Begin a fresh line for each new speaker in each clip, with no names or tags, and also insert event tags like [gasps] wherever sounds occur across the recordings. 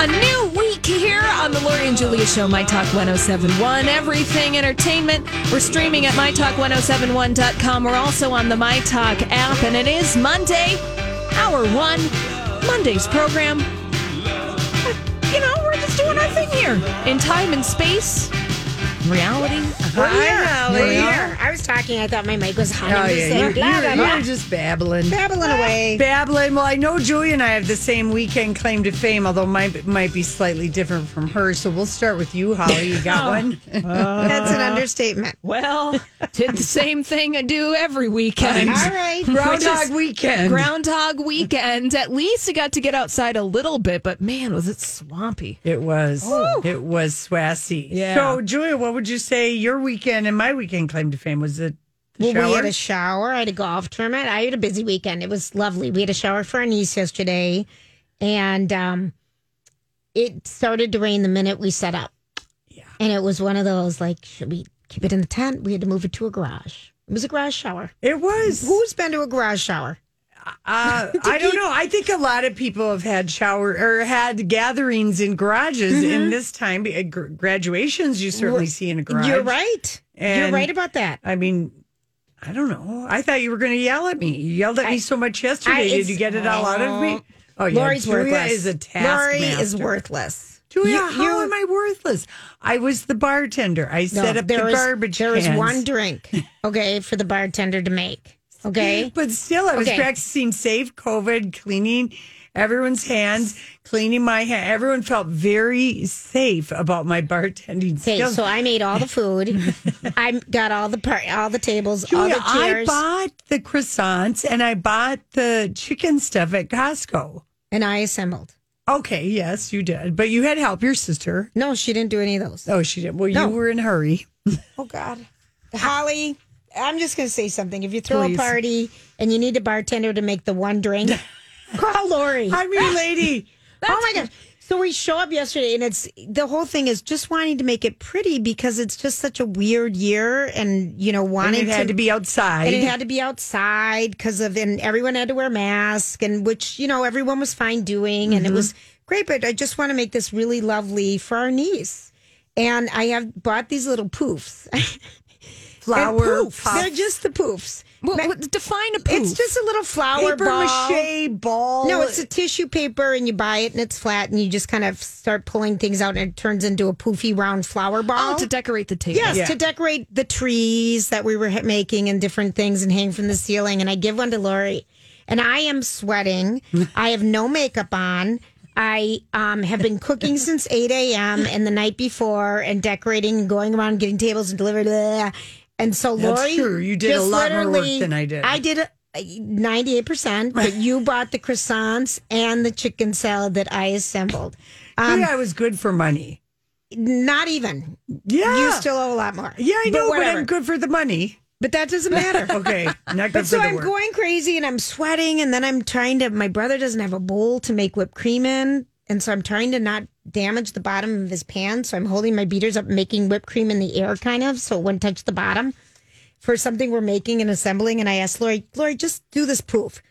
A new week here on the Lori and Julia Show, My Talk 1071. Everything entertainment. We're streaming at MyTalk1071.com. We're also on the My Talk app, and it is Monday, hour one, Monday's program. But, You know, we're just doing our thing here in time and space, reality.
We're here. We're
We're
here.
Oh, here. I was talking. I thought my mic was on.
Oh,
I'm just
yeah.
saying,
You,
blah,
you,
blah,
you
blah.
were just babbling.
babbling away.
Babbling. Well, I know Julia and I have the same weekend claim to fame, although mine b- might be slightly different from hers. So we'll start with you, Holly.
[laughs]
You
Oh.
got one?
That's an understatement. [laughs]
Well, did the same thing I do every weekend.
All right.
Groundhog Weekend.
Groundhog weekend. At least I got to get outside a little bit, but man, was it swampy.
It was. It was swassy.
Yeah.
So, Julia, what would you say your weekend and my weekend claim to fame was? It
Well,
the
we
shower?
had a shower. I had a golf tournament. I had a busy weekend. It was lovely. We had a shower for our niece yesterday, and um, it started to rain the minute we set up. Yeah. And it was one of those like, should we keep it in the tent? We had to move it to a garage. It was a garage shower.
it was.
Who's been to a garage shower? [laughs]
Uh, I don't know. I think a lot of people have had shower or had gatherings in garages
Mm-hmm.
in this time. Uh, gr- graduations you certainly see in a garage.
You're right.
And-
You're right about that.
I mean, I don't know. I thought you were going to yell at me. You yelled at me so much yesterday.
I-
Did
it's-
you get it all out of me? Oh, yeah.
Lori's
Julia
worthless.
is a
Lori
taskmaster.
is worthless.
Julia,
You-
how
you-
am I worthless? I was the bartender. I set up the
there was-
garbage
There was
cans.
one [laughs] drink, okay, for the bartender to make. Okay.
[laughs] But still, I was
Okay.
practicing safe COVID, cleaning everyone's hands, cleaning my hand. Everyone felt very safe about my bartending
Okay,
skills.
so I made all the [laughs] food. I got all the par- all the tables, all
Julia,
the
I
chairs,
bought the croissants and I bought the chicken stuff at Costco.
and I assembled.
Okay, yes, you did. But you had help your sister.
No, she didn't do any of those.
Oh, she did. Well,
No.
you were in a
[laughs]
hurry.
Oh God, Holly, I'm just gonna say something. If you throw
Please.
a party and you need a bartender to make the one [laughs] drink, call Lori.
I'm your lady.
oh my gosh. So we show up yesterday, and it's the whole thing is just wanting to make it pretty because it's just such a weird year, and you know,
and
wanting
it had to be outside.
and it had to be outside because of and everyone had to wear masks and which you know everyone was fine doing
Mm-hmm.
and it was great but i just want to make this really lovely for our niece and i have bought these little poofs [laughs] And
flower
poofs. they're just the poofs
Well, what- define a poof.
it's just a little flower
paper
ball
mache ball.
no, it's a tissue paper, and you buy it, and it's flat, and you just kind of start pulling things out, and it turns into a poofy round flower ball.
Oh, to decorate the table.
Yes, to decorate the trees that we were ha- making and different things and hang from the ceiling. And I give one to Lori, and I am
[laughs]
sweating. I have no makeup on. I um, have been cooking since
[laughs]
8 a.m. and the night before and decorating and going around getting tables and delivered. blah. And so
That's
Lori.
true. You did a
just
lot more work
literally-
than I did.
I did a. 98%,
[laughs]
but you bought the croissants and the chicken salad that I assembled. [laughs] Um,
yeah, I was good for money.
Not even.
Yeah.
You still owe a lot more.
Ah. yeah, I know, but,
whatever.
I'm good for
[laughs]
the money.
But that doesn't matter.
[laughs] Okay, not good
But
for
so
the
I'm
work.
going crazy and I'm sweating, and then I'm trying to. My brother doesn't have a bowl to make whipped cream in, and so I'm trying to not damage the bottom of his pan. So I'm holding my beaters up, making whipped cream in the air, kind of, so it wouldn't touch the bottom for something we're making and assembling. And I asked Lori, Lori, just do this poof.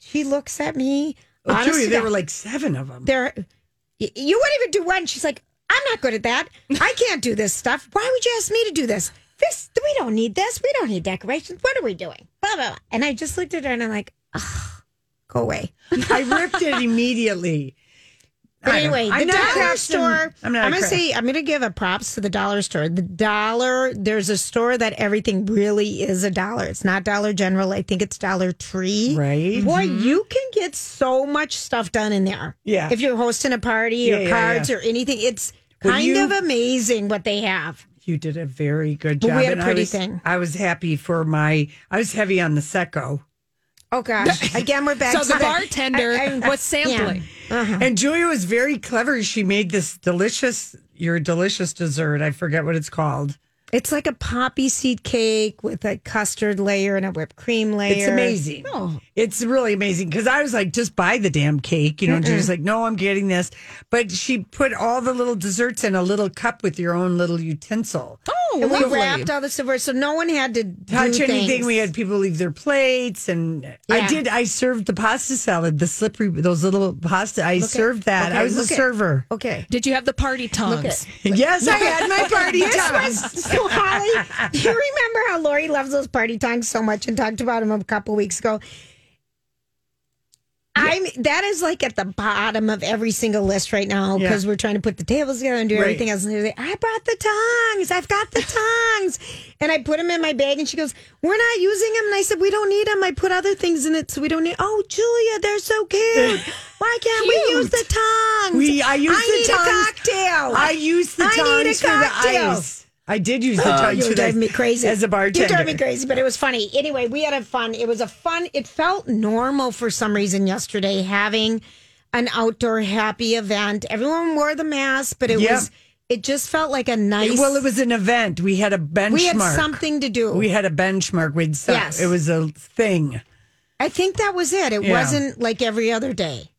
She looks at me.
Oh,
honest
Julia,
to
there
God,
were like seven
[laughs]
of them.
there. y- You wouldn't even do one. She's like, I'm not good at that. I can't do this stuff. Why would you ask me to do this? This we don't need this. We don't need decorations. What are we doing? Blah blah. blah. And I just looked at her and I'm like, oh, go away.
I ripped it immediately.
But
I don't-
anyway,
I'm
the
not a
dollar
craftsman.
store.
I'm
I'm,
not a
gonna
craft-
say I'm gonna give a props to the dollar store. The dollar there's a store that everything really is a dollar. It's not Dollar General. I think it's Dollar Tree.
Right. Mm-hmm.
Boy, you can get so much stuff done in there.
Yeah.
If you're hosting a party
Yeah,
or
yeah,
cards
yeah.
or anything, it's
Were
kind
you-
of amazing what they have.
You did a very good
But we
job.
had a
and I
pretty
was,
thing.
I was happy for my. I was heavy on the secco,
Oh gosh. [laughs] Again, we're back
So
to
the bartender was sampling.
and Julia was very clever. She made this delicious, your delicious dessert. I forget what it's called.
It's like a poppy seed cake with a custard layer and a whipped cream layer.
It's amazing. It's really amazing because I was like, just buy the damn cake, you know. And she was like, no, I'm getting this, but she put all the little desserts in a little cup with your own little utensil.
Oh,
And we
lovely.
wrapped all the silverware, so no one had to
touch
do
anything.
things.
We had people leave their plates, and I
Yeah.
did. I served the pasta salad, the slippery, those little pasta. I served that.
okay,
I was a
look at-
server.
Okay.
Did you have the party tongs?
[laughs] Yes, I had
[laughs]
my party
This
time.
was so Holly. You remember how Lori loves those party times so much and talked about them a couple weeks ago. I'm that is like at the bottom of every single list right now
Yeah.
because we're trying to put the tables together and do
Right.
everything else. And they're like, I brought the tongs. I've got
[laughs]
the tongs, and I put them in my bag. And she goes, "We're not using them." And I said, "We don't need them. I put other things in it, so we don't need." Oh, Julia, they're so
[laughs]
cute. Why can't we use the tongs?
We, I used
I
the
need
tongs.
a cocktail.
I used the
I need a
tongs for the
cocktail.
ice. I did use the
Oh,
tongs.
you
for
were
the-
driving me crazy
Uh, as a bartender.
You drove me crazy, but it was funny. Anyway, we had a fun. It was a fun. It felt normal for some reason yesterday having an outdoor happy event. Everyone wore the mask, but it
Yep.
was it just felt like a nice.
Well, it was an event. We had a benchmark.
we had something to do.
We had a benchmark. We'd some,
Yes.
It was a thing.
I think that was it. It
Yeah.
wasn't like every other day.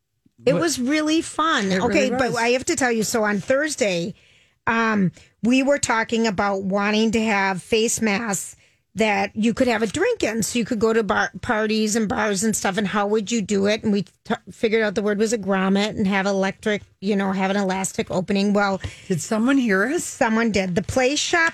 It was really fun. okay,
really
but
was.
I have to tell you so on Thursday, um, we were talking about wanting to have face masks that you could have a drink in. So you could go to bar- parties and bars and stuff. And how would you do it? And we t- figured out the word was a grommet and have electric, you know, have an elastic opening. Well,
Did someone hear us?
someone did. The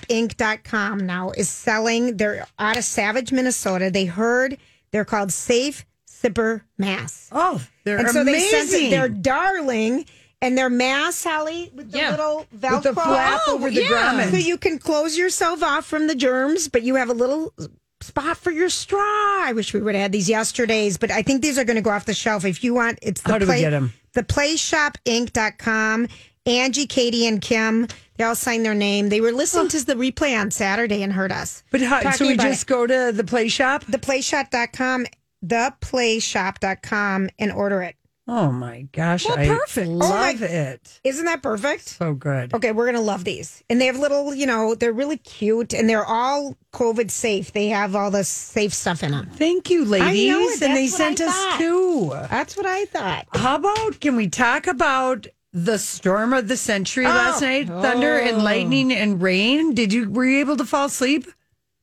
PlayShopInc.com now is selling. They're out of Savage, Minnesota. They heard they're called Safe Sipper Masks,
Oh, they're
and so
amazing.
they sent it. They're darling, and they're masks, Holly, with the
Yeah.
little Velcro
With the flap
Oh,
over the
yeah.
grommet.
so you can close yourself off from the germs, but you have a little spot for your straw. I wish we would have had these yesterdays, but I think these are going to go off the shelf. If you want, it's the
How do we
play,
get 'em?
The PlayShopInc.com. Angie, Katie, and Kim, they all signed their name. They were listening
Oh.
to the replay on Saturday and heard us.
But how, so
talking
we
about
just
it.
go to the play shop?
ThePlayShop.com, ThePlayShop.com, and order it.
Oh my gosh.
Well,
I
perfect. Oh
Love
my- Oh.
it.
Isn't that perfect?
So good.
Okay, we're gonna love these, and they have little, you know, they're really cute, and they're all COVID safe. They have all the safe stuff in them.
Thank you, ladies. and they
that's what I
sent us
thought.
two.
That's what I thought.
How about can we talk about the storm of the century
Oh.
last night? Thunder and lightning and rain. Did you were you able to fall asleep?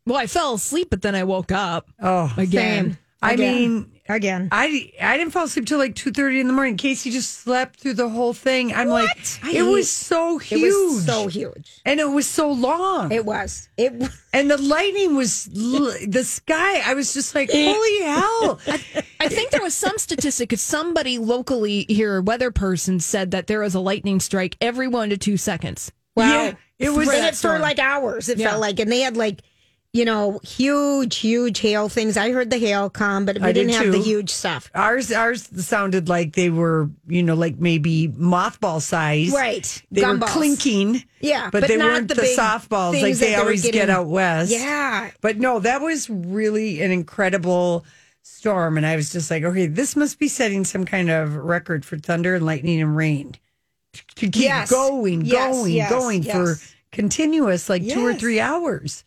Well, I fell asleep, but then I woke up
Oh,
again.
Same
I
Again.
mean,
again.
I I didn't fall asleep till like two thirty in the morning. Casey just slept through the whole thing. I'm like, it was so huge,
It was so huge.
and it was so long.
It was. It. wa-
and the lightning was l- the sky. I was just like, holy hell!
I think there was some statistic because somebody locally here, a weather person, said that there was a lightning strike every one to two seconds.
[laughs] Wow.
Yeah, it was
And it for like hours. It
Yeah.
felt like, and they had like, you know, huge, huge hail things. I heard the hail come, but we
I did
didn't have the
too.
huge stuff.
Ours, ours sounded like they were, you know, like maybe mothball size.
Right.
They were
Gumballs.
clinking.
Yeah,
But,
but
they
not
weren't the,
the big
softballs like
things that
they
they were
always get
getting-
out west.
Yeah.
But no, that was really an incredible storm. And I was just like, okay, this must be setting some kind of record for thunder and lightning and rain to keep
Yes.
going,
Yes,
going,
yes,
going for
yes.
continuous like two or
Yes.
three hours.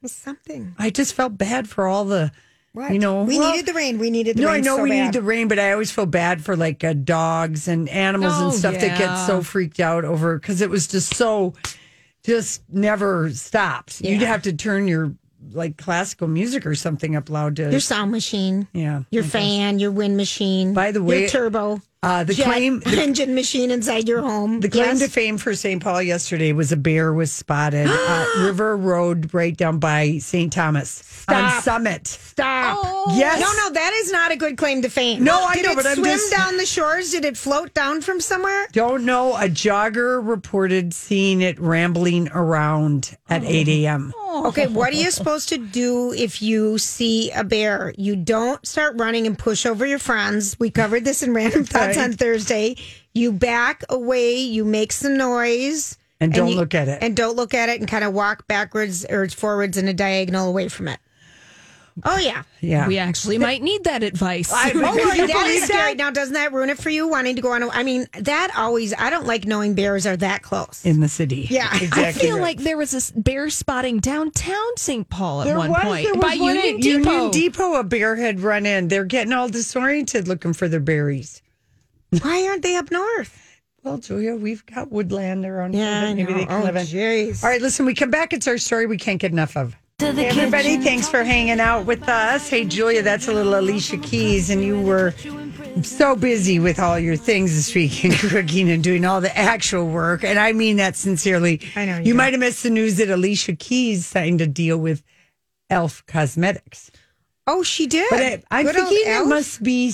It was something.
I just felt bad for all the,
Right.
you know,
we
well,
needed the rain. We needed the
no,
rain.
I know
so
we need
bad.
the rain, but I always feel bad for like uh, dogs and animals and
Oh,
stuff that get
yeah.
so freaked out over because it was just so, just never stops. You'd
Yeah.
have to turn your like classical music or something up loud to.
your sound machine.
yeah.
Your fan, your wind machine.
By the way-
your turbo.
Uh, the
jet
claim
engine machine inside your home.
The
Yes.
claim to fame for St. Paul yesterday was a bear was spotted
[gasps]
uh, River Road right down by St. Thomas on
Stop.
Summit.
Stop.
Yes.
Oh. No, no, that is not a good claim to fame.
No, I
Did
know,
it
but I'm
swim
just-
down the shores? Did it float down from somewhere?
Don't know. A jogger reported seeing it rambling around
Oh.
at 8 a.m.
Okay, what are you supposed to do if you see a bear? You don't start running and push over your friends. We covered this in Random Thoughts on Thursday. You back away, you make some noise.
And don't
you-
look at it.
And don't look at it and kind of walk backwards or forwards in a diagonal away from it. Oh, yeah.
Yeah.
We actually might need that advice.
Oh,
Could [laughs] you
right, [laughs] that is
believe
scary. Now, doesn't that ruin it for you wanting to go on? A, I mean, that always, I don't like knowing bears are that close.
In the city.
Yeah. I
[laughs] Exactly.
[laughs] I feel
right.
like there was this bear spotting downtown St. Paul at
There
one
was,
point
there was
by
one
Union
at
Depot.
Union Depot, a bear had run in. They're getting all disoriented looking for their berries.
Why aren't they up north?
Well, Julia, we've got woodland around
Yeah, I
here. Maybe
know.
they can
Oh,
live in.
jeez.
All right, listen, we come back. It's our story we can't get enough of. Hey, everybody, thanks for hanging out with us. Hey, Julia, that's a little Alicia Keys, and you were so busy with all your things this week [laughs] and cooking and doing all the actual work. And I mean that sincerely.
I know you
You,
do.
might have missed the news that Alicia Keys signed a deal with Elf Cosmetics.
Oh, she did.
But I, I'm
Good old
thinking it
Elf.
must be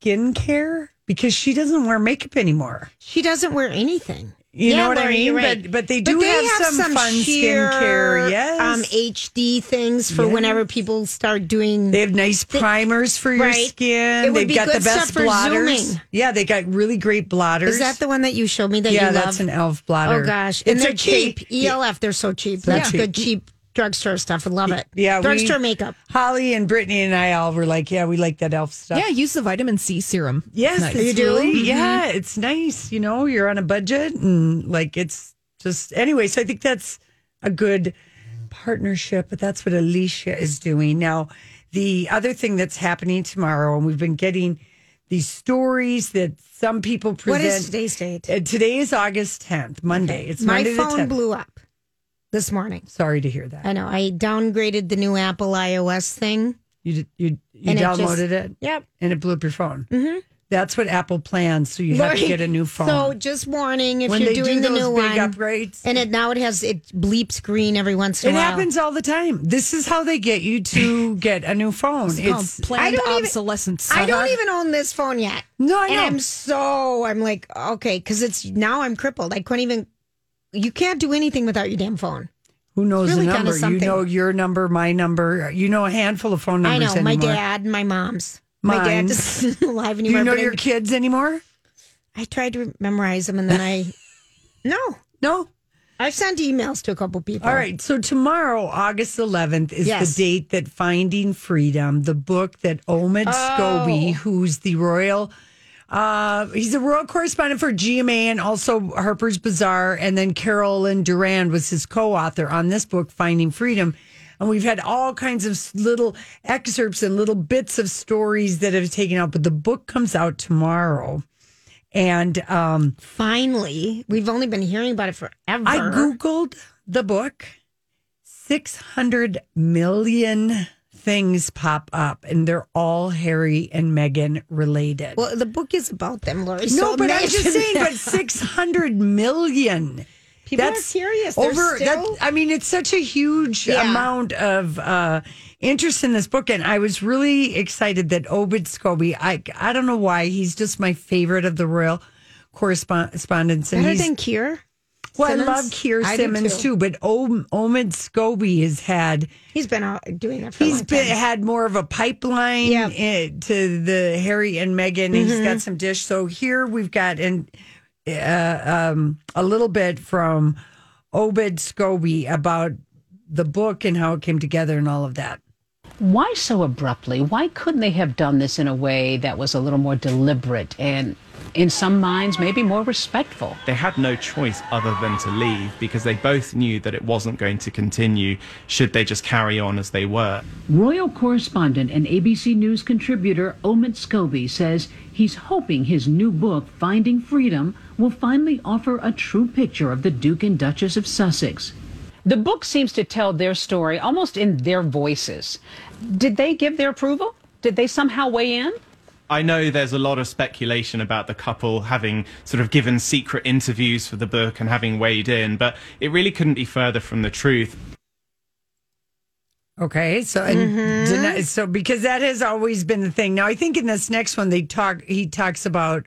skincare because she doesn't wear makeup anymore.
She doesn't wear anything.
You know what I
Lori,
mean?
you're right.
But but they do have, some, fun
sheer,
skincare. Yes.
Um, HD things for whenever people start doing.
they have nice primers for your
right.
skin.
It would
They've
be
got the
good stuff
best
for
blotters.
zooming.
Yeah, they got really great blotters.
is that the one that you showed me that
yeah,
you
that's
love?
an elf blotter.
oh gosh, and
It's
they're
a cake-
cheap. E ELF, they're so cheap.
They're
That's
cheap.
good cheap drugstore stuff. I love it.
Yeah, we-
drugstore makeup.
Holly and Brittany and I all were like, yeah, we like that elf stuff.
Yeah, use the vitamin C serum.
Yes,
Nice. Mm-hmm.
it's
You do?
really- yeah, it's nice. You know, you're on a budget and like it's just anyway. So I think that's a good partnership, but that's what Alicia is doing now. The other thing that's happening tomorrow, and we've been getting these stories that some people
What
present.
is today's date?
Uh, today is August 10th, Monday. It's
My
Monday the
phone
10th.
blew up this morning.
Sorry to hear that.
I know. I downgraded the new Apple iOS thing.
You d- you you
And it just-
downloaded it
Yep.
and it blew up your phone. Mm-hmm. That's what Apple plans. So you have to
Lori,
get a new phone.
So just warning if
when
you're
they
doing the
do those
new
big
one.
upgrades,
And it now it has it bleeps green every once in
It
a while.
happens all the time. This is how they get
[laughs]
you to get a new phone. It's,
Called planned
I don't even-
obsolescence.
I don't even own this phone yet.
no, I
and
know.
I'm so I'm like okay because it's now I'm crippled. I couldn't even. You can't do anything without your damn phone.
Who knows
really
the
kinda
number? You
something.
know your number, my number. You know a handful of phone
I
numbers
know my
anymore.
dad, and my mom's. My
Mine.
dad isn't [laughs] alive
Do
anymore.
you know
but
your
I,
kids anymore?
I tried to memorize them and then I
[laughs]
no.
No.
I've sent emails to a couple people.
All right. So tomorrow, August 11th, is
Yes.
the date that Finding Freedom, the book that Omid Scobie, who's the royal, uh, he's the royal correspondent for GMA and also Harper's Bazaar, and then Carolyn Durand was his co-author on this book, Finding Freedom. And we've had all kinds of s- little excerpts and little bits of stories that have taken out, but the book comes out tomorrow. And um,
Finally, we've only been hearing about it forever.
I Googled the book. 600 million things pop up, and they're all Harry and Meghan related.
Well, the book is about them, Lori.
no,
so
but I'm
imagine
just saying,
that.
but 600 million.
[laughs] People are serious. [laughs] They're
Over
still-
I mean, it's such a huge
Yeah.
amount of uh, interest in this book, and I was really excited that Obed Scobie. I I don't know why he's just my favorite of the royal correspondents, and
better
he's
than Cure.
well,
Simmons?
I love Keir
I do
Simmons
too.
too. but Om- Omid Scobie has had
He's been out doing it for a
he's
long
been
time.
had more of a pipeline
Oh, Yeah. Mm-hmm.
eh, to the Harry and Meghan. and He's got some dish. So here we've got an uh, um, a little bit from Obed Scobie about the book and how it came together and all of that.
why so abruptly? Why couldn't they have done this in a way that was a little more deliberate and, in some minds, maybe more respectful?
they had no choice other than to leave because they both knew that it wasn't going to continue should they just carry on as they were.
Royal correspondent and ABC News contributor Omid Scobie says he's hoping his new book, Finding Freedom, will finally offer a true picture of the Duke and Duchess of Sussex. The book seems to tell their story almost in their voices. Did they give their approval? Did they somehow weigh in?
I know there's a lot of speculation about the couple having sort of given secret interviews for the book and having weighed in, but it really couldn't be further from the truth.
Okay, so and
Mm-hmm.
deny, so because that has always been the thing. Now I think in this next one they talk. He talks about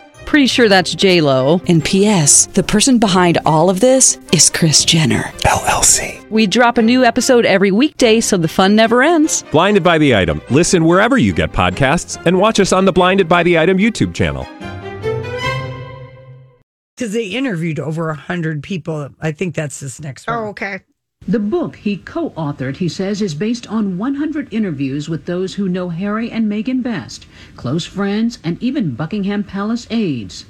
Pretty sure that's J Lo.
And P.S. The person behind all of this is Chris Jenner.
LLC.
We drop a new episode every weekday, so the fun never ends.
Blinded by the item. Listen wherever you get podcasts, and watch us on the Blinded by the Item YouTube channel.
because they interviewed over a hundred people. I think that's this next one.
Oh, okay.
The book he co authored, he says, is based on 100 interviews with those who know Harry and Meghan best, close friends, and even Buckingham Palace aides.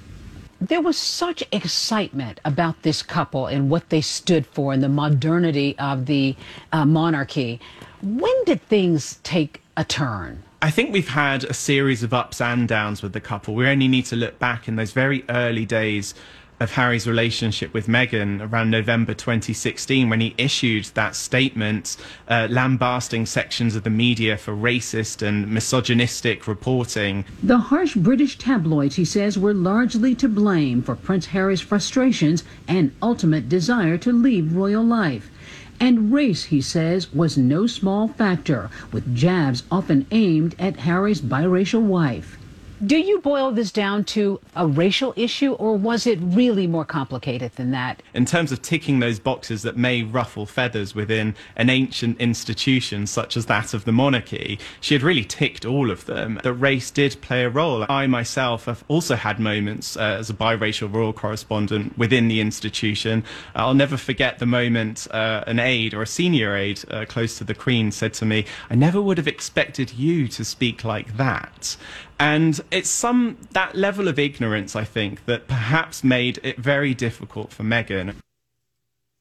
There was such excitement about this couple and what they stood for and the modernity of the uh, monarchy. When did things take a turn?
I think we've had a series of ups and downs with the couple. We only need to look back in those very early days of Harry's relationship with Meghan around November 2016 when he issued that statement uh, lambasting sections of the media for racist and misogynistic reporting.
The harsh British tabloids, he says, were largely to blame for Prince Harry's frustrations and ultimate desire to leave royal life. And race, he says, was no small factor, with jabs often aimed at Harry's biracial wife. Do you boil this down to a racial issue, or was it really more complicated than that?
in terms of ticking those boxes that may ruffle feathers within an ancient institution such as that of the monarchy, she had really ticked all of them. The race did play a role. I myself have also had moments uh, as a biracial royal correspondent within the institution. I'll never forget the moment uh, an aide or a senior aide uh, close to the Queen said to me, I never would have expected you to speak like that. And it's some that level of ignorance, I think, that perhaps made it very difficult for Meghan.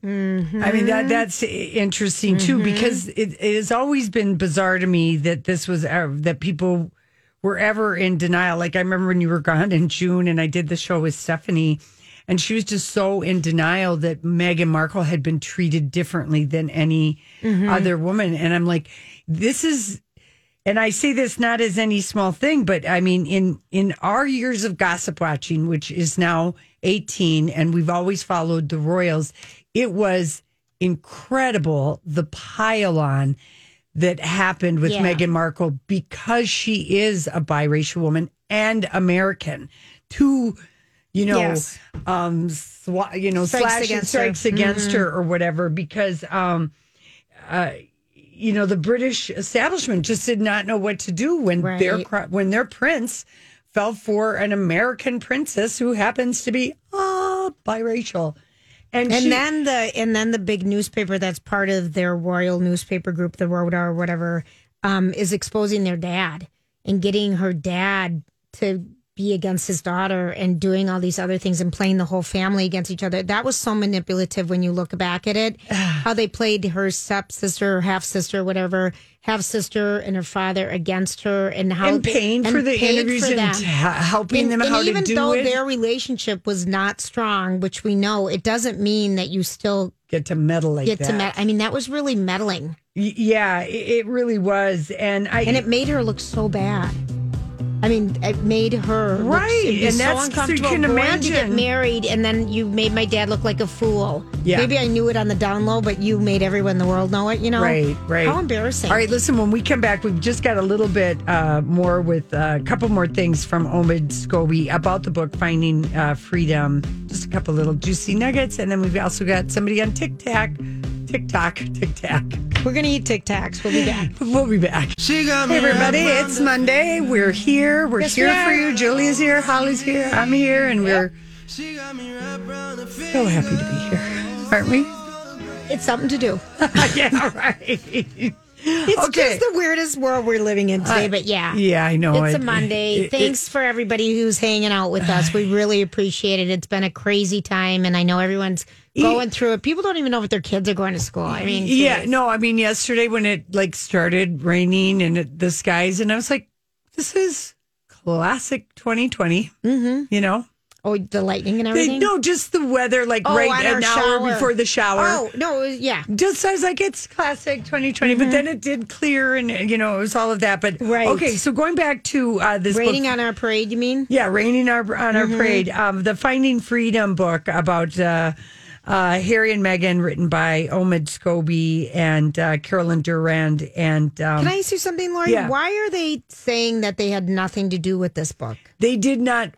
I mean
Mm-hmm.
that that's interesting too because it, it has always been bizarre to me that this was uh, that people were ever in denial. Like I remember when you were gone in June and I did the show with Stephanie, and she was just so in denial that Meghan Markle had been treated differently than any other woman. And I'm like, this is. And I say this not as any small thing, but I mean, in in our years of gossip watching, which is now 18, and we've always followed the royals, it was incredible the pile on that happened with
Yeah.
Meghan Markle because she is a biracial woman and American. Two, you know,
Yes.
um, swa- you know,
Strikes
slash and
against her. Mm-hmm.
strikes against her or whatever because um, uh, you know the British establishment just did not know what to do when their
Right.
cro- when their prince fell for an American princess who happens to be ah biracial, and,
And
she-
then the and then the big newspaper that's part of their royal newspaper group, the Rhoda or whatever, um, is exposing their dad and getting her dad to be against his daughter and doing all these other things and playing the whole family against each other. That was so manipulative when you look back at [sighs] it. how they played her stepsister or half sister, whatever, half sister and her father against her and how
and paying for
and
the
paid
interviews
for
and
them.
t- helping them how
even
to do
though
it,
their relationship was not strong, which we know, it doesn't mean that you still
get to meddle like
get
that.
to. Med- I mean, that was really meddling,
Y- yeah, it, it really was, and I
and it made her look so bad. I mean, it made her look-
Right,
it was
and
so
that's- so you
uncomfortable.
can
Going to get
imagine.
married, and then you made my dad look like a fool.
Yeah.
maybe I knew it on the down low, but you made everyone in the world know it. You know,
Right, right.
How embarrassing!
All right, listen, when we come back, we've just got a little bit uh, more with uh, a couple more things from Omid Scobie about the book Finding uh, Freedom. Just a couple little juicy nuggets. And then we've also got somebody on TikTok, TikTok, TikTok.
We're going to eat Tic Tacs. We'll be
[laughs]
back.
We'll be back. Hey, everybody, it's Monday. We're here. We're
Yes,
here
we are.
for you. Julia's here. Holly's here. I'm here. And we're so happy to be here, aren't we?
It's something to do.
yeah, right.
It's
Okay.
just the weirdest world we're living in today, but yeah.
Uh, Yeah, I know.
It's
I-
a Monday.
it- it-
Thanks for everybody who's hanging out with us. We
[sighs]
really appreciate it. It's been a crazy time, and I know everyone's going through it. People don't even know if their kids are going to school. I mean,
yeah,
geez.
no, I mean, yesterday when it like started raining and it, the skies, and I was like, this is classic 2020,
Mhm.
you know?
Oh, the lightning and
They,
everything.
no, just the weather, like
Oh,
right
on our
an hour
shower.
before the shower.
Oh no, yeah.
just I was like, it's classic 2020, but then it did clear and, you know, it was all of that. But,
Mm-hmm. Right.
okay, so going back to uh, this
Raining Mm-hmm.
book.
on our parade, you mean?
yeah, Raining our, on Our Parade, um, the Finding Freedom book about uh, uh, Harry and Meghan, written by Omid Scobie and uh, Carolyn Durand. And um,
Can I ask you something, Lori?
Yeah.
Why are they saying that they had nothing to do with this book?
they did not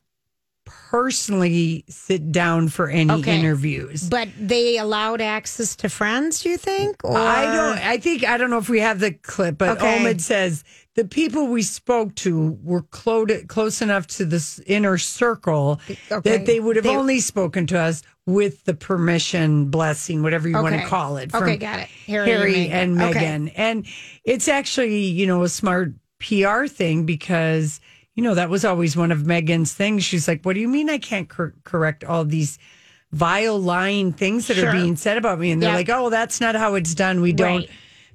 personally sit down for any
Okay.
interviews.
But they allowed access to friends, do you think? Or
I don't. I think I don't know if we have the clip, but
Uh, Okay.
Omid says the people we spoke to were close, close enough to this inner circle
Okay.
that they would have
They-
only spoken to us with the permission, blessing, whatever you want to
Okay.
call it.
Okay, got it.
Harry,
Harry and
and
Meghan. Okay.
Meghan, and it's actually you know a smart PR thing because. You know, that was always one of Megan's things. She's like, What do you mean I can't cor- correct all these vile, lying things that are
Sure.
being said about me? And they're
Yeah.
like, Oh, that's not how it's done. We don't
Right.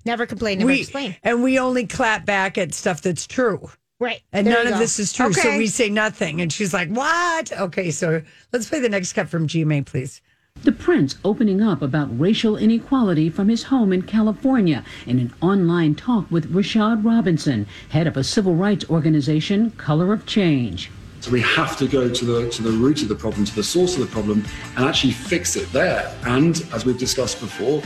Never complain, never
we
explain.
and we only clap back at stuff that's true
Right.
and
There
none
you
of
go.
this is true so
Okay.
we say nothing and she's like what okay so let's play the next cut from gma please
The prince opening up about racial inequality from his home in California in an online talk with Rashad Robinson, head of a civil rights organization, Color of Change.
So we have to go to the to the root of the problem, to the source of the problem, and actually fix it there. And as we've discussed before,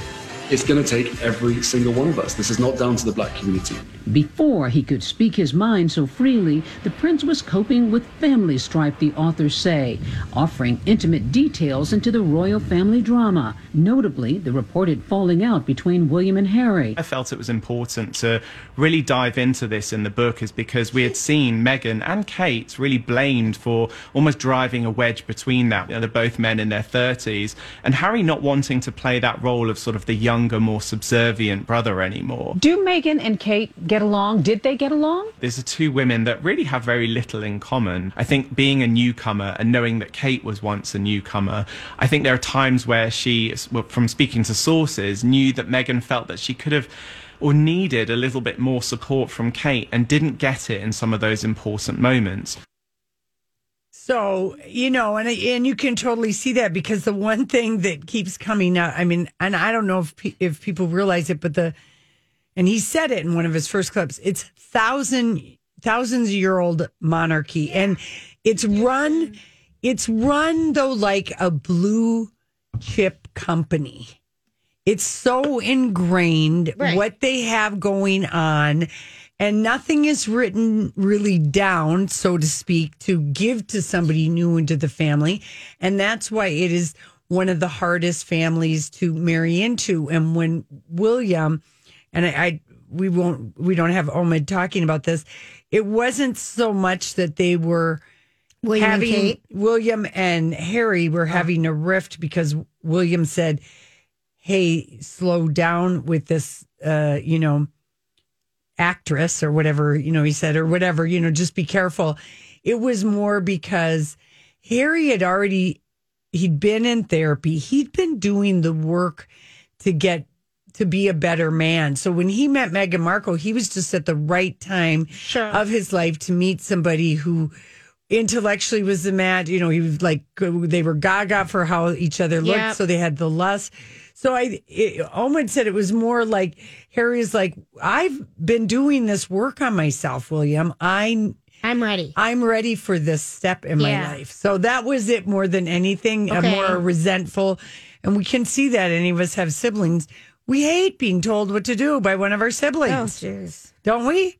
it's going to take every single one of us. This is not down to the black community.
Before he could speak his mind so freely, the prince was coping with family strife, the authors say, offering intimate details into the royal family drama, notably the reported falling out between William and Harry.
I felt it was important to really dive into this in the book is because we had seen Meghan and Kate really blamed for almost driving a wedge between that. You know, they're both men in their 30s, and Harry not wanting to play that role of sort of the younger, more subservient brother anymore.
Do Megan and Kate get along? Did they get along?
There's the two women that really have very little in common. I think being a newcomer and knowing that Kate was once a newcomer, I think there are times where she, s- well, from speaking to sources, knew that Megan felt that she could have or needed a little bit more support from Kate and didn't get it in some of those important moments.
so you know and and you can totally see that because the one thing that keeps coming up i mean and i don't know if pe- if people realize it but the and he said it in one of his first clips it's thousand thousands year old monarchy and it's run it's run though like a blue chip company it's so ingrained
Right.
what they have going on and nothing is written really down so to speak to give to somebody new into the family and that's why it is one of the hardest families to marry into and when william and I, I we won't we don't have omid talking about this it wasn't so much that they were
William and
having
Kate.
William and Harry were having a rift because William said, "Hey, slow down with this, uh, you know, actress or whatever, you know," he said or whatever, you know, just be careful. It was more because Harry had already he'd been in therapy. He'd been doing the work to get to be a better man. So when he met Meghan Markle, he was just at the right time
Sure.
of his life to meet somebody who intellectually was the match. You know, he was like they were gaga for how each other looked,
Yep.
so they had the lust. So I, it, Omen said it was more like Harry's like I've been doing this work on myself, William. I
I'm ready.
I'm ready for this step in
Yeah.
my life. So that was it more than anything. A
Okay.
more resentful, and we can see that any of us have siblings. We hate being told what to do by one of our
Oh,
siblings,
jeez.
don't we?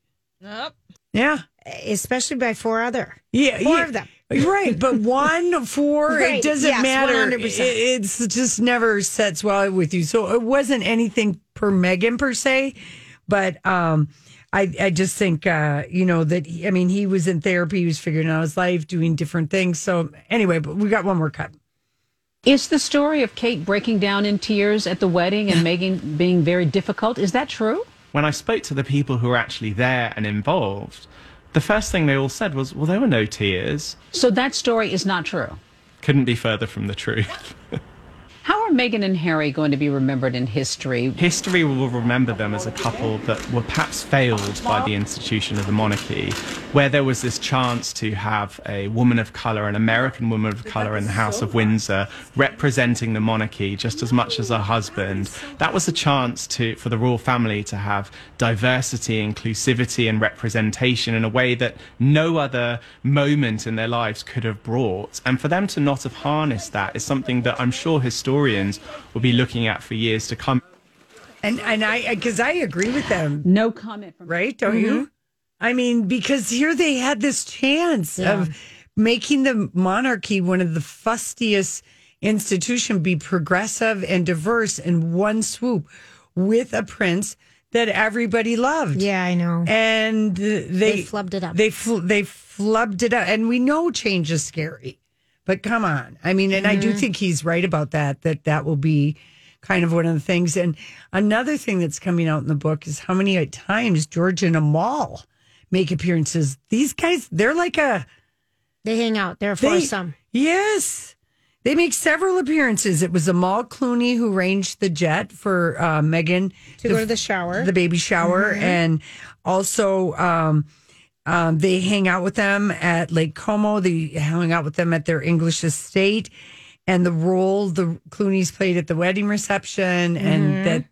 Yeah.
Especially by four other.
Yeah,
Four
yeah.
of them.
[laughs] Right, but one, four,
Right,
it doesn't
yes,
matter.
100%.
It- it's just never sets well with you. So it wasn't anything per Megan per se, but um, I, I just think, uh, you know, that, I mean, he was in therapy, he was figuring out his life, doing different things. So anyway, but we got one more cut.
Is the story of Kate breaking down in tears at the wedding and Megan being very difficult, is that true?
when I spoke to the people who were actually there and involved, the first thing they all said was, well, there were no tears.
So that story is not true.
Couldn't be further from the truth.
How are Megan and Harry going to be remembered in history?
History will remember them as a couple that were perhaps failed by the institution of the monarchy, where there was this chance to have a woman of colour, an American woman of colour in the House of Windsor, representing the monarchy just as much as her husband. That was a chance to, for the royal family to have diversity, inclusivity, and representation in a way that no other moment in their lives could have brought. And for them to not have harnessed that is something that I'm sure historians will be looking at for years to come.
And and I because I agree with them.
No comment from
right, don't
Mm-hmm.
you? I mean, because here they had this chance of making the monarchy one of the fustiest institution be progressive and diverse in one swoop with a prince that everybody loved.
Yeah, I know.
And uh, they,
They flubbed it up.
They fl- they flubbed it up, and we know change is scary. But come on, I mean, and I
Mm-hmm.
do think he's right about that. That that will be kind of one of the things. And another thing that's coming out in the book is how many at times George and Amal make appearances. These guys, they're like a
They hang out. They're a
they-
foursome.
Yes. They make several appearances. It was Amal Clooney who arranged the jet for uh, Megan
To go to the shower.
the baby shower,
Mm-hmm.
and also um, um, they hang out with them at Lake Como. They hang out with them at their English estate, and the role the Clooney's played at the wedding reception,
Mm-hmm.
and that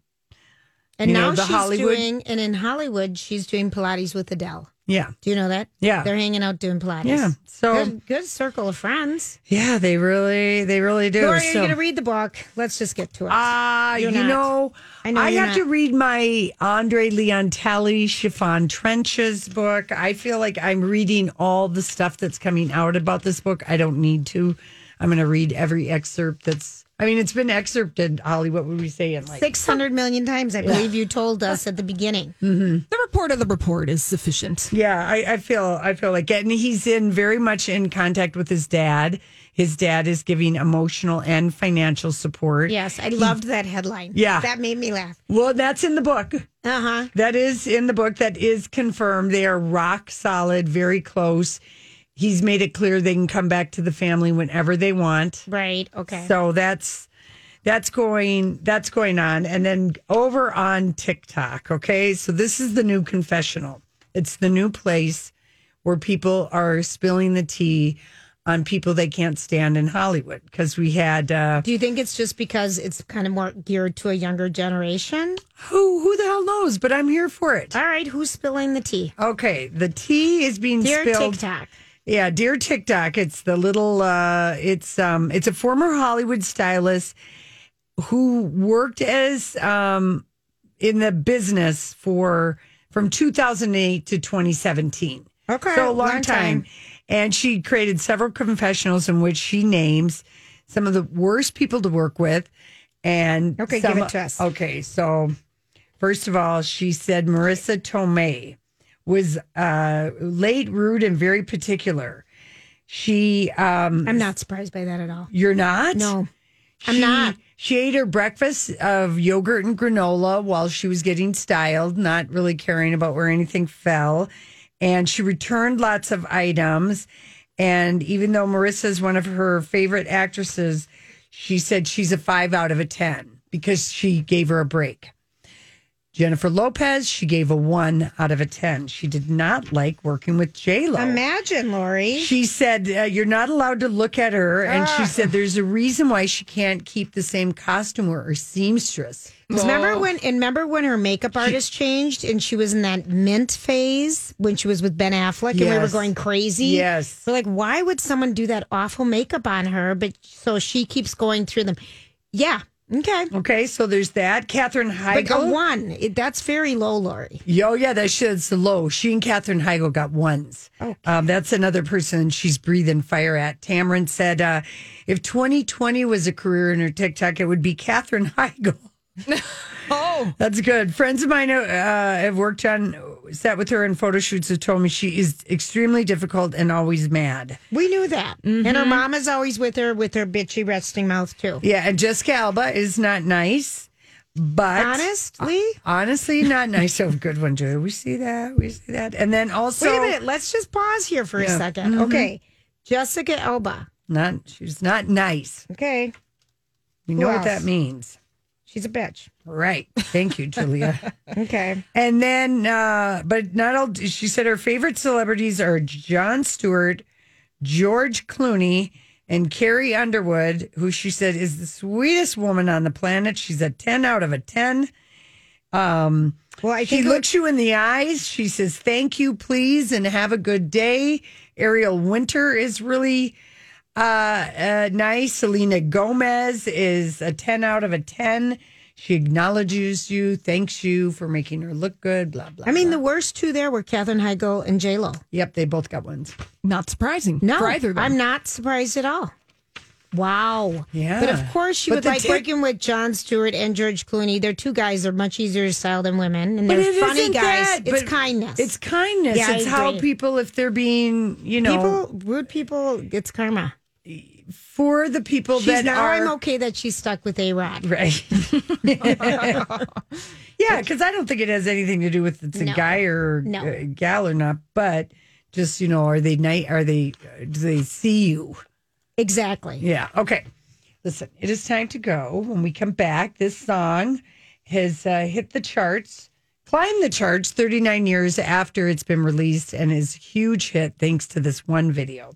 and
you know,
now
the
she's
Hollywood-
doing, and in Hollywood, she's doing Pilates with Adele.
yeah,
Do you know that?
Yeah.
They're hanging out doing Pilates.
Yeah. So-
good, good circle of friends.
yeah, they really, they really do.
Lori, are you
So-
going to read the book? Let's just get to it.
Ah,
You're
you
not.
know,
I
I,
know you're
have to
not.
read my Andre Leontelli Chiffon Trenches book. I feel like I'm reading all the stuff that's coming out about this book. I don't need to. I'm going to read every excerpt that's. I mean, it's been excerpted. Holly, what would we say in like?
600 million times, I believe you told us at the beginning.
The report of the report is sufficient.
Yeah, I, I feel I feel like it, and he's in very much in contact with his dad. His dad is giving emotional and financial support.
Yes, I loved that headline.
Yeah.
That made me laugh.
Well, that's in the book.
Uh huh.
That is in the book. That is confirmed. They are rock solid, very close. He's made it clear they can come back to the family whenever they want.
Right. Okay.
So that's that's going that's going on. And then over on TikTok, okay? So this is the new confessional. It's the new place where people are spilling the tea on people they can't stand in Hollywood because we had uh
Do you think it's just because it's kind of more geared to a younger generation?
who who the hell knows, but I'm here for it.
All right, who's spilling the tea?
Okay, the tea is being
Dear
spilled.
TikTok.
Yeah, dear TikTok. It's the little. Uh, it's um. It's a former Hollywood stylist who worked as um in the business for from 2008 to 2017.
Okay,
so a long,
long time.
time. And she created several confessionals in which she names some of the worst people to work with. And
Okay,
some-
give it to us.
Okay, so first of all, she said Marissa Tomei was uh, late, rude, and very particular. She, um,
I'm not surprised by that at all.
you're not.
No, I'm
She-
not.
She ate her breakfast of yogurt and granola while she was getting styled, not really caring about where anything fell. And she returned lots of items. And even though Marissa is one of her favorite actresses, she said she's a five out of a 10 because she gave her a break. Jennifer Lopez, she gave a one out of a 10. She did not like working with J-Lo.
Imagine, Lori.
She said, uh, You're not allowed to look at her. And
Ah.
she said, There's a reason why she can't keep the same costumer or seamstress.
'Cause Remember when? And remember when her makeup artist changed, and she was in that mint phase when she was with Ben Affleck, and we were
Yes.
going crazy.
Yes.
we're like, why would someone do that awful makeup on her? But so she keeps going through them. Yeah, Okay.
Okay. So there's that. Catherine
But
Heigl.
got one. It- that's very low, Lori.
Yo, yeah, that shit's low. She and Catherine Heigl got ones. Um, that's another person she's breathing fire at. Tamron said, uh, if 2020 was a career in her TikTok, it would be Catherine [laughs] Heigl. oh, that's good. Friends of mine uh, have worked on sat with her in photo shoots. Have told me she is extremely difficult and always mad.
We knew that. And
Mm-hmm.
her mom is always with her with her bitchy resting mouth too.
Yeah, and Jessica Alba is not nice, but
Honestly?
Uh, honestly, not nice. Oh, good one, Julia. We see that. We see that. And then also,
Wait a minute. Let's just pause here for
Yeah.
a 2nd
Mhm.
Okay. Jessica Elba.
Not she's not nice.
Okay.
We
Who
know what
else?
that means.
She's a bitch.
Right. Thank you,
[laughs]
Julia.
Okay.
and then uh but not all she said her favorite celebrities are John Stewart, George Clooney, and Carrie Underwood, who she said is the sweetest woman on the planet. She's a 10 out of a 10. Um
well, I
she
think-
looks you in the eyes. She says, "Thank you, please, and have a good day." Ariel Winter is really uh, uh, nice. Selena Gomez is a 10 out of a 10. She acknowledges you, thanks you for making her look good, blah, blah.
I mean, the worst two there were Katherine Heigl and J Lo.
Yep, they both got ones.
Not surprising
No,
for either of them.
I'm not surprised at all. Wow.
Yeah.
But of course, she
But
would
the
like
tic-
working with John Stewart and George Clooney. They're two guys that are much easier to style than women, and
But
they're
it
funny
isn't
guys.
that,
it's
but
kindness.
It's kindness.
Yeah, I
it's how
agree.
people, if they're being, you know,
people, rude people. It's karma.
for the people
She's
that
now
are.
I'm okay that she's stuck with A Rod.
[laughs] Right. yeah, because I don't think it has anything to do with it's a
No.
guy or
No.
a gal or not, but just you know, are they night? Are they? uh, Do they see you?
Exactly.
Yeah. Okay. Listen, it is time to go. When we come back, this song has uh, hit the charts, climbed the charts 39 years after it's been released, and is a huge hit thanks to this one video.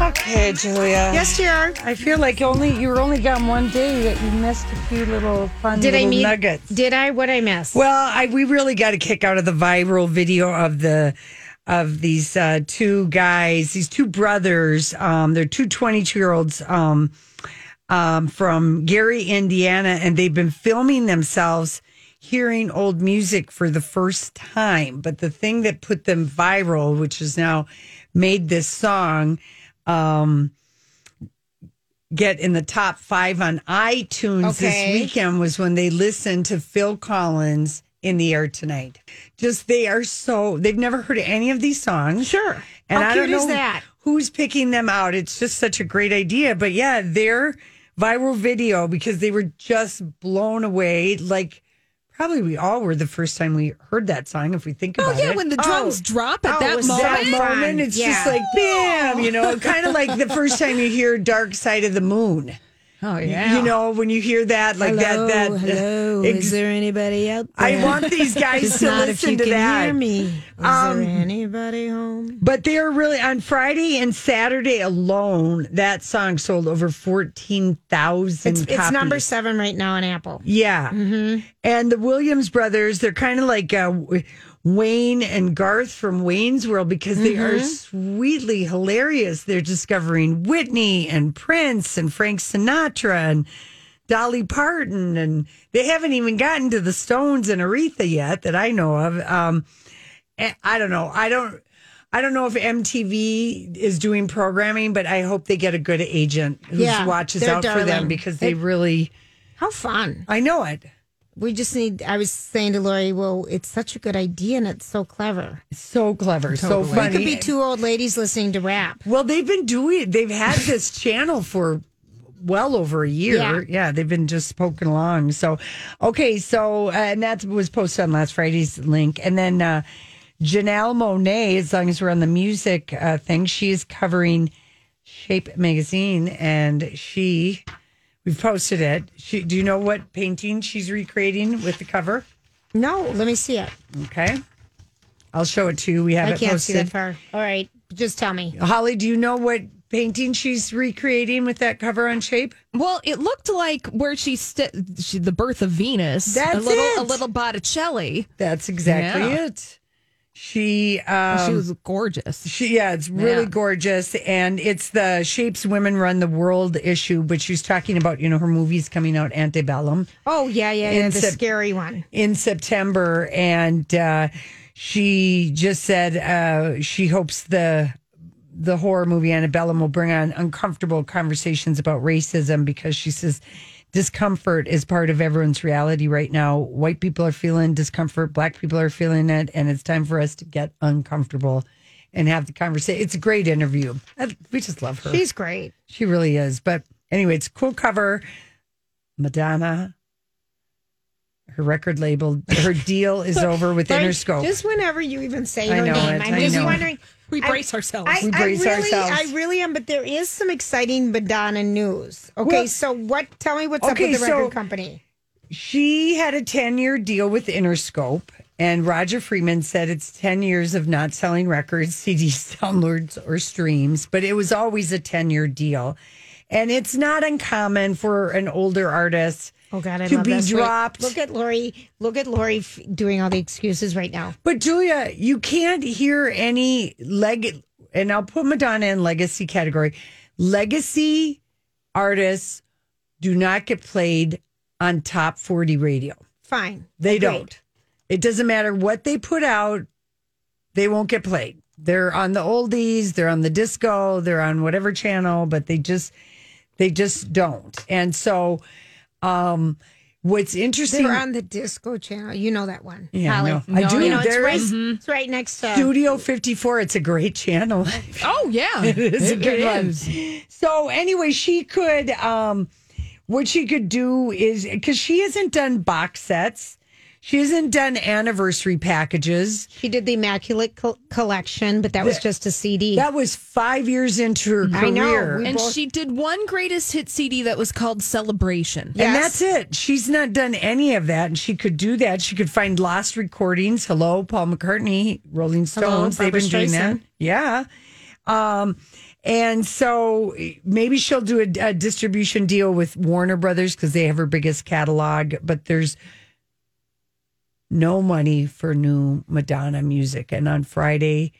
Okay, Julia.
Yes, you are.
I feel like only you were only gone one day that you missed a few little fun
Did I
little
mean?
nuggets.
Did I? What I miss?
Well, I, we really got a kick out of the viral video of the of these uh, two guys, these two brothers. Um, they're two 22 year olds um, um, from Gary, Indiana, and they've been filming themselves hearing old music for the first time. But the thing that put them viral, which has now made this song. Um, get in the top five on iTunes
Okay.
this weekend was when they listened to Phil Collins in the air tonight. Just they are so they've never heard any of these songs.
Sure.
And
How
I don't
cute is
know
that?
who's picking them out. It's just such a great idea. But yeah, their viral video because they were just blown away like Probably we all were the first time we heard that song, if we think
Oh
about it.
yeah, when the drums drop at
Oh, it
that
was
moment.
that
that
fun.
moment, it's just
Yeah.
like bam, you know, kind of like the first time you hear "Dark Side of the Moon."
Oh
Y-
yeah.
You know, when you hear that, like
hello,
that, that.
hello.
ex-
is there anybody out there?
I want
[laughs]
these guys
Just
to
not
listen
if
to
you can
that.
Hear me. Is
Um,
there anybody home?
But they're really on Friday and Saturday alone. That song sold over fourteen thousand.
It's, it's number seven right now on Apple.
Yeah.
Mm-hmm.
And the Williams brothers, they're kind of like uh, W- Wayne and Garth from Wayne's World because they are
Mm-hmm.
sweetly hilarious. They're discovering Whitney and Prince and Frank Sinatra and Dolly Parton. And they haven't even gotten to the Stones and Aretha yet that I know of. Um, eh, I don't know. I don't. I don't know if MTV is doing programming, but I hope they get a good agent who
Yeah,
watches
they're
out for them
darling.
because they
It-
really.
How fun.
I know it.
We just need, I was saying to Lori, well, it's such a good idea and it's so clever.
So clever, so
It
funny.
could be two old ladies listening to rap.
well, they've been doing. They've had this channel for well over a year.
Yeah.
they've been just poking along. So, okay, so uh, and that was posted on last Friday's link, and then uh, Janelle Monet. As long as we're on the music uh, thing, she is covering Shape magazine, and she. We've posted it. She, do you know what painting she's recreating with the cover?
No, let me see it.
Okay, I'll show it to you. We have
I
it
can't see
posted.
that far. All right, just tell me.
Holly, do you know what painting she's recreating with that cover on shape?
Well, it looked like where she, st- she the birth of Venus.
That's
a little,
it.
a little Botticelli.
That's exactly
Yeah.
it. She um,
she was gorgeous.
She yeah, it's really
Yeah.
gorgeous, and it's the Shapes Women Run the World issue. But she's talking about you know her movies coming out Antebellum
Oh yeah, yeah, yeah
In
the
Sep-
scary one.
in September, and uh, she just said uh, she hopes the the horror movie Antebellum will bring on uncomfortable conversations about racism because she says discomfort is part of everyone's reality right now. White people are feeling discomfort, black people are feeling it, and it's time for us to get uncomfortable and have the conversation. It's a great interview. I- We just love her.
She's great.
She really is. But anyway, it's a cool cover. Madonna. Her record label,
[laughs]
her deal is over with
Like,
Interscope.
Just whenever you even say
I
her
know
name,
it,
I'm
I
just
know it.
wondering.
We
I-
brace ourselves.
I,
We
I
brace
really,
ourselves.
I really am, but there is some exciting Madonna news. Okay,
Well-
so what? Tell me what's
Okay,
up with the record
so-
company.
She had a 10 year deal with Interscope, and Roger Freeman said it's 10 years of not selling records, CDs, [laughs] downloads, or streams, but it was always a 10 year deal. And it's not uncommon for an older artist
Oh God, I
to
love
be
this. Wait,
dropped.
look at Lori. Look at Lori f- doing all the excuses right now.
But Julia, you can't hear any leg, and I'll put Madonna in legacy category. Legacy artists do not get played on top 40 radio.
Fine,
They
Agreed.
don't. It doesn't matter what they put out, they won't get played. They're on the oldies, they're on the disco, they're on whatever channel, but they just they just don't. And so um what's interesting
They're on the Disco Channel. You know that one,
Yeah, I
Holly.
know. I do.
You know, it's,
There
right,
is-
it's right next to.
Studio 54, it's a great channel. [laughs]
Oh yeah,
it is a good one.
is.
So anyway, she could um what she could do is because she hasn't done box sets. She hasn't done anniversary packages.
She did the Immaculate Col- Collection, but that was just a CD.
That was five years into her career.
I know.
[laughs]
We
And
both-
she did one greatest hit CD that was called Celebration.
And
Yes.
that's it. She's not done any of that, and she could do that. She could find lost recordings. Hello, Paul McCartney, Rolling Stones. They've
Barbra
been doing that.
Streisand.
Yeah. Um, and so maybe she'll do a, a distribution deal with Warner Brothers because they have her biggest catalog, but there's no money for new Madonna music. And on Friday,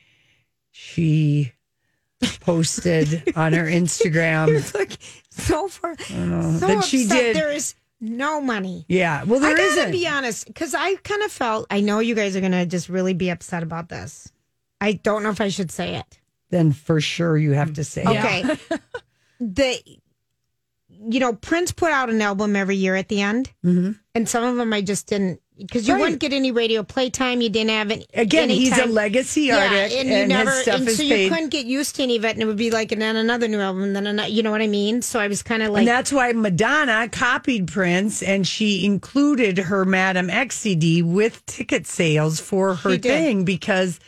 she
[laughs]
posted on her Instagram.
It's like so far, so
know. That she
upset
did-
There is no money.
Yeah. Well, there
I gotta
isn't.
be honest, because I kind of felt. I know you guys are gonna just really be upset about this. I don't know if I should say it.
then for sure you have to say it. [laughs]
Okay. the you know Prince put out an album every year at the end, mm-hmm. and some of them I just didn't because you
Right.
wouldn't get any radio playtime. You didn't have any.
Again,
any
he's a
time-
legacy artist, and,
you
his stuff
and
is
so you
paid.
couldn't get used to any of it, and it would be like and then another new album, and then another. You know what I mean? So I was kind of like,
and that's why Madonna copied Prince, and she included her Madam X CD with ticket sales for her
She did.
thing because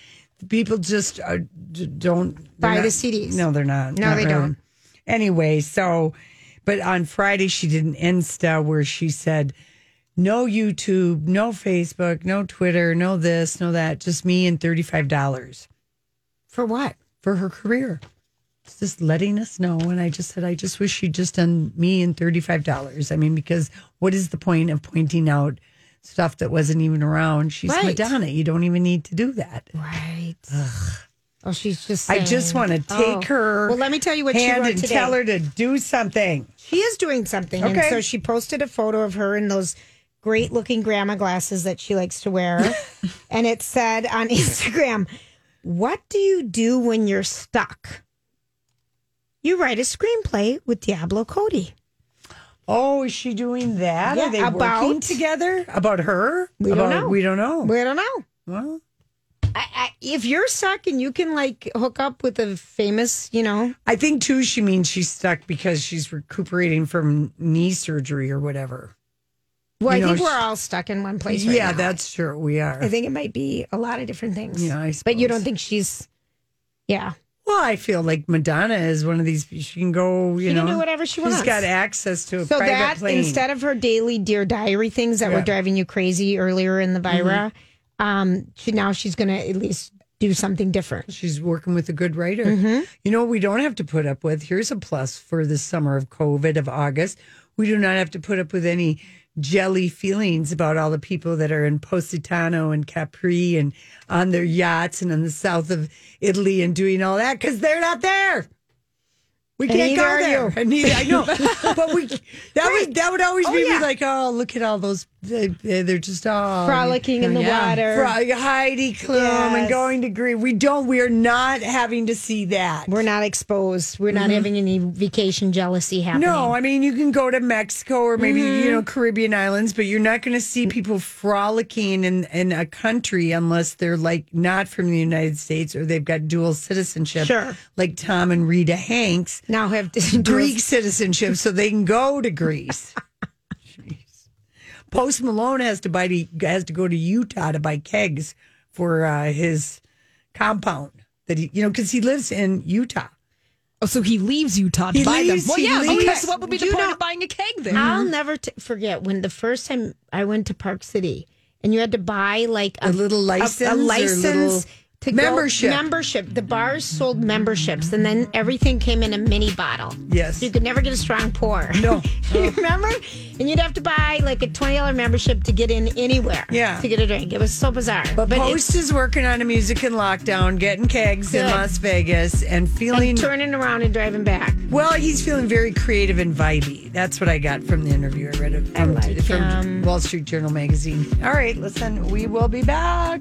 people just uh, d- don't they're
Buy the
not-
CDs.
No, they're not.
No,
Not
they don't.
Anyway, so but on Friday she did an Insta where she said. No YouTube, no Facebook, no Twitter, no this, no that. Just me and thirty-five dollars.
for what?
for her career. It's Just letting us know. And I just said, I just wish she'd just done me and $35. I mean, because what is the point of pointing out stuff that wasn't even around? She's
Right.
Madonna. You don't even need to do that.
Right. Oh, she's just.
I just
saying-
want to take
Oh.
her
Well, let me tell you what she
hand
wrote
and
today.
tell her to do something.
She is doing something. And
Okay.
so she posted a photo of her in those great looking grandma glasses that she likes to wear.
[laughs]
and it said on [laughs] Instagram, What do you do when you're stuck? You write a screenplay with Diablo Cody.
Oh, is she doing that?
Yeah,
Are they working
about-
together? About her?
We don't
About-
know.
We don't know.
We don't know.
well,
I, I, if you're stuck and you can like hook up with a famous, you know,
I think too, she means she's stuck because she's recuperating from knee surgery or whatever.
well,
You
I
know,
think we're
she-
all stuck in one place. Right
yeah,
now.
that's true. We are.
I think it might be a lot of different things.
Yeah, I
but you
suppose.
don't think she's, yeah.
Well, I feel like Madonna is one of these. She can go, you
She
know,
can do whatever she wants.
She's got access to a
so
private
that
plane.
instead of her daily dear diary things that
Yeah. Mm-hmm.
were driving you crazy earlier in the Vira, um, she now she's going to at least do something different.
she's working with a good writer.
Mm-hmm.
You know, what we don't have to put up with. Here's a plus for the summer of COVID of August. We do not have to put up with any jelly feelings about all the people that are in Positano and Capri and on their yachts and in the south of Italy and doing all that because they're not there. We
And
can't go
neither are
there.
you.
And neither-
[laughs]
I know, but we that was that would always
Oh,
be
yeah.
like, oh, look at all those. They, they're just all
Frolicking in the water.
Fro- Heidi Klum and
Yes.
going to Greece. We don't. We are not having to see that.
We're not exposed. We're not
Mhm.
having any vacation jealousy happening. Mm-hmm.
No, I mean you can go to Mexico or maybe you know Caribbean islands, but you're not going to see people frolicking in in a country unless they're like not from the United States or they've got dual citizenship,
Sure.
like Tom and Rita Hanks
now have [laughs]
Greek citizenship, so they can go to Greece. Jeez. Post Malone has to buy to, has to go to Utah to buy kegs for uh, his compound that he you know because he lives in Utah.
Oh, so he leaves Utah to
He
buy
leaves-
them. Well,
he
yeah. Okay,
leaves-
so what would be the
You
point
know-
of buying a keg then?
I'll
mm-hmm.
never t- forget when the first time I went to Park City and you had to buy like a,
A little
a-
license
a,
or a
license
little
to go-
membership.
membership. The bars sold memberships, and then everything came in a mini bottle.
Yes.
you could never get a strong pour.
No.
[laughs] you remember? And you'd have to buy like a twenty dollar membership to get in anywhere.
Yeah.
to get a drink. It was so bizarre.
But,
it's-
Post is working on a music in lockdown, getting kegs in
Good.
Las Vegas, and feeling.
and turning around and driving back.
well, he's feeling very creative and vibey. That's what I got from the interview I read it from,
like
from
him.
Wall Street Journal magazine. All right, listen, we will be back.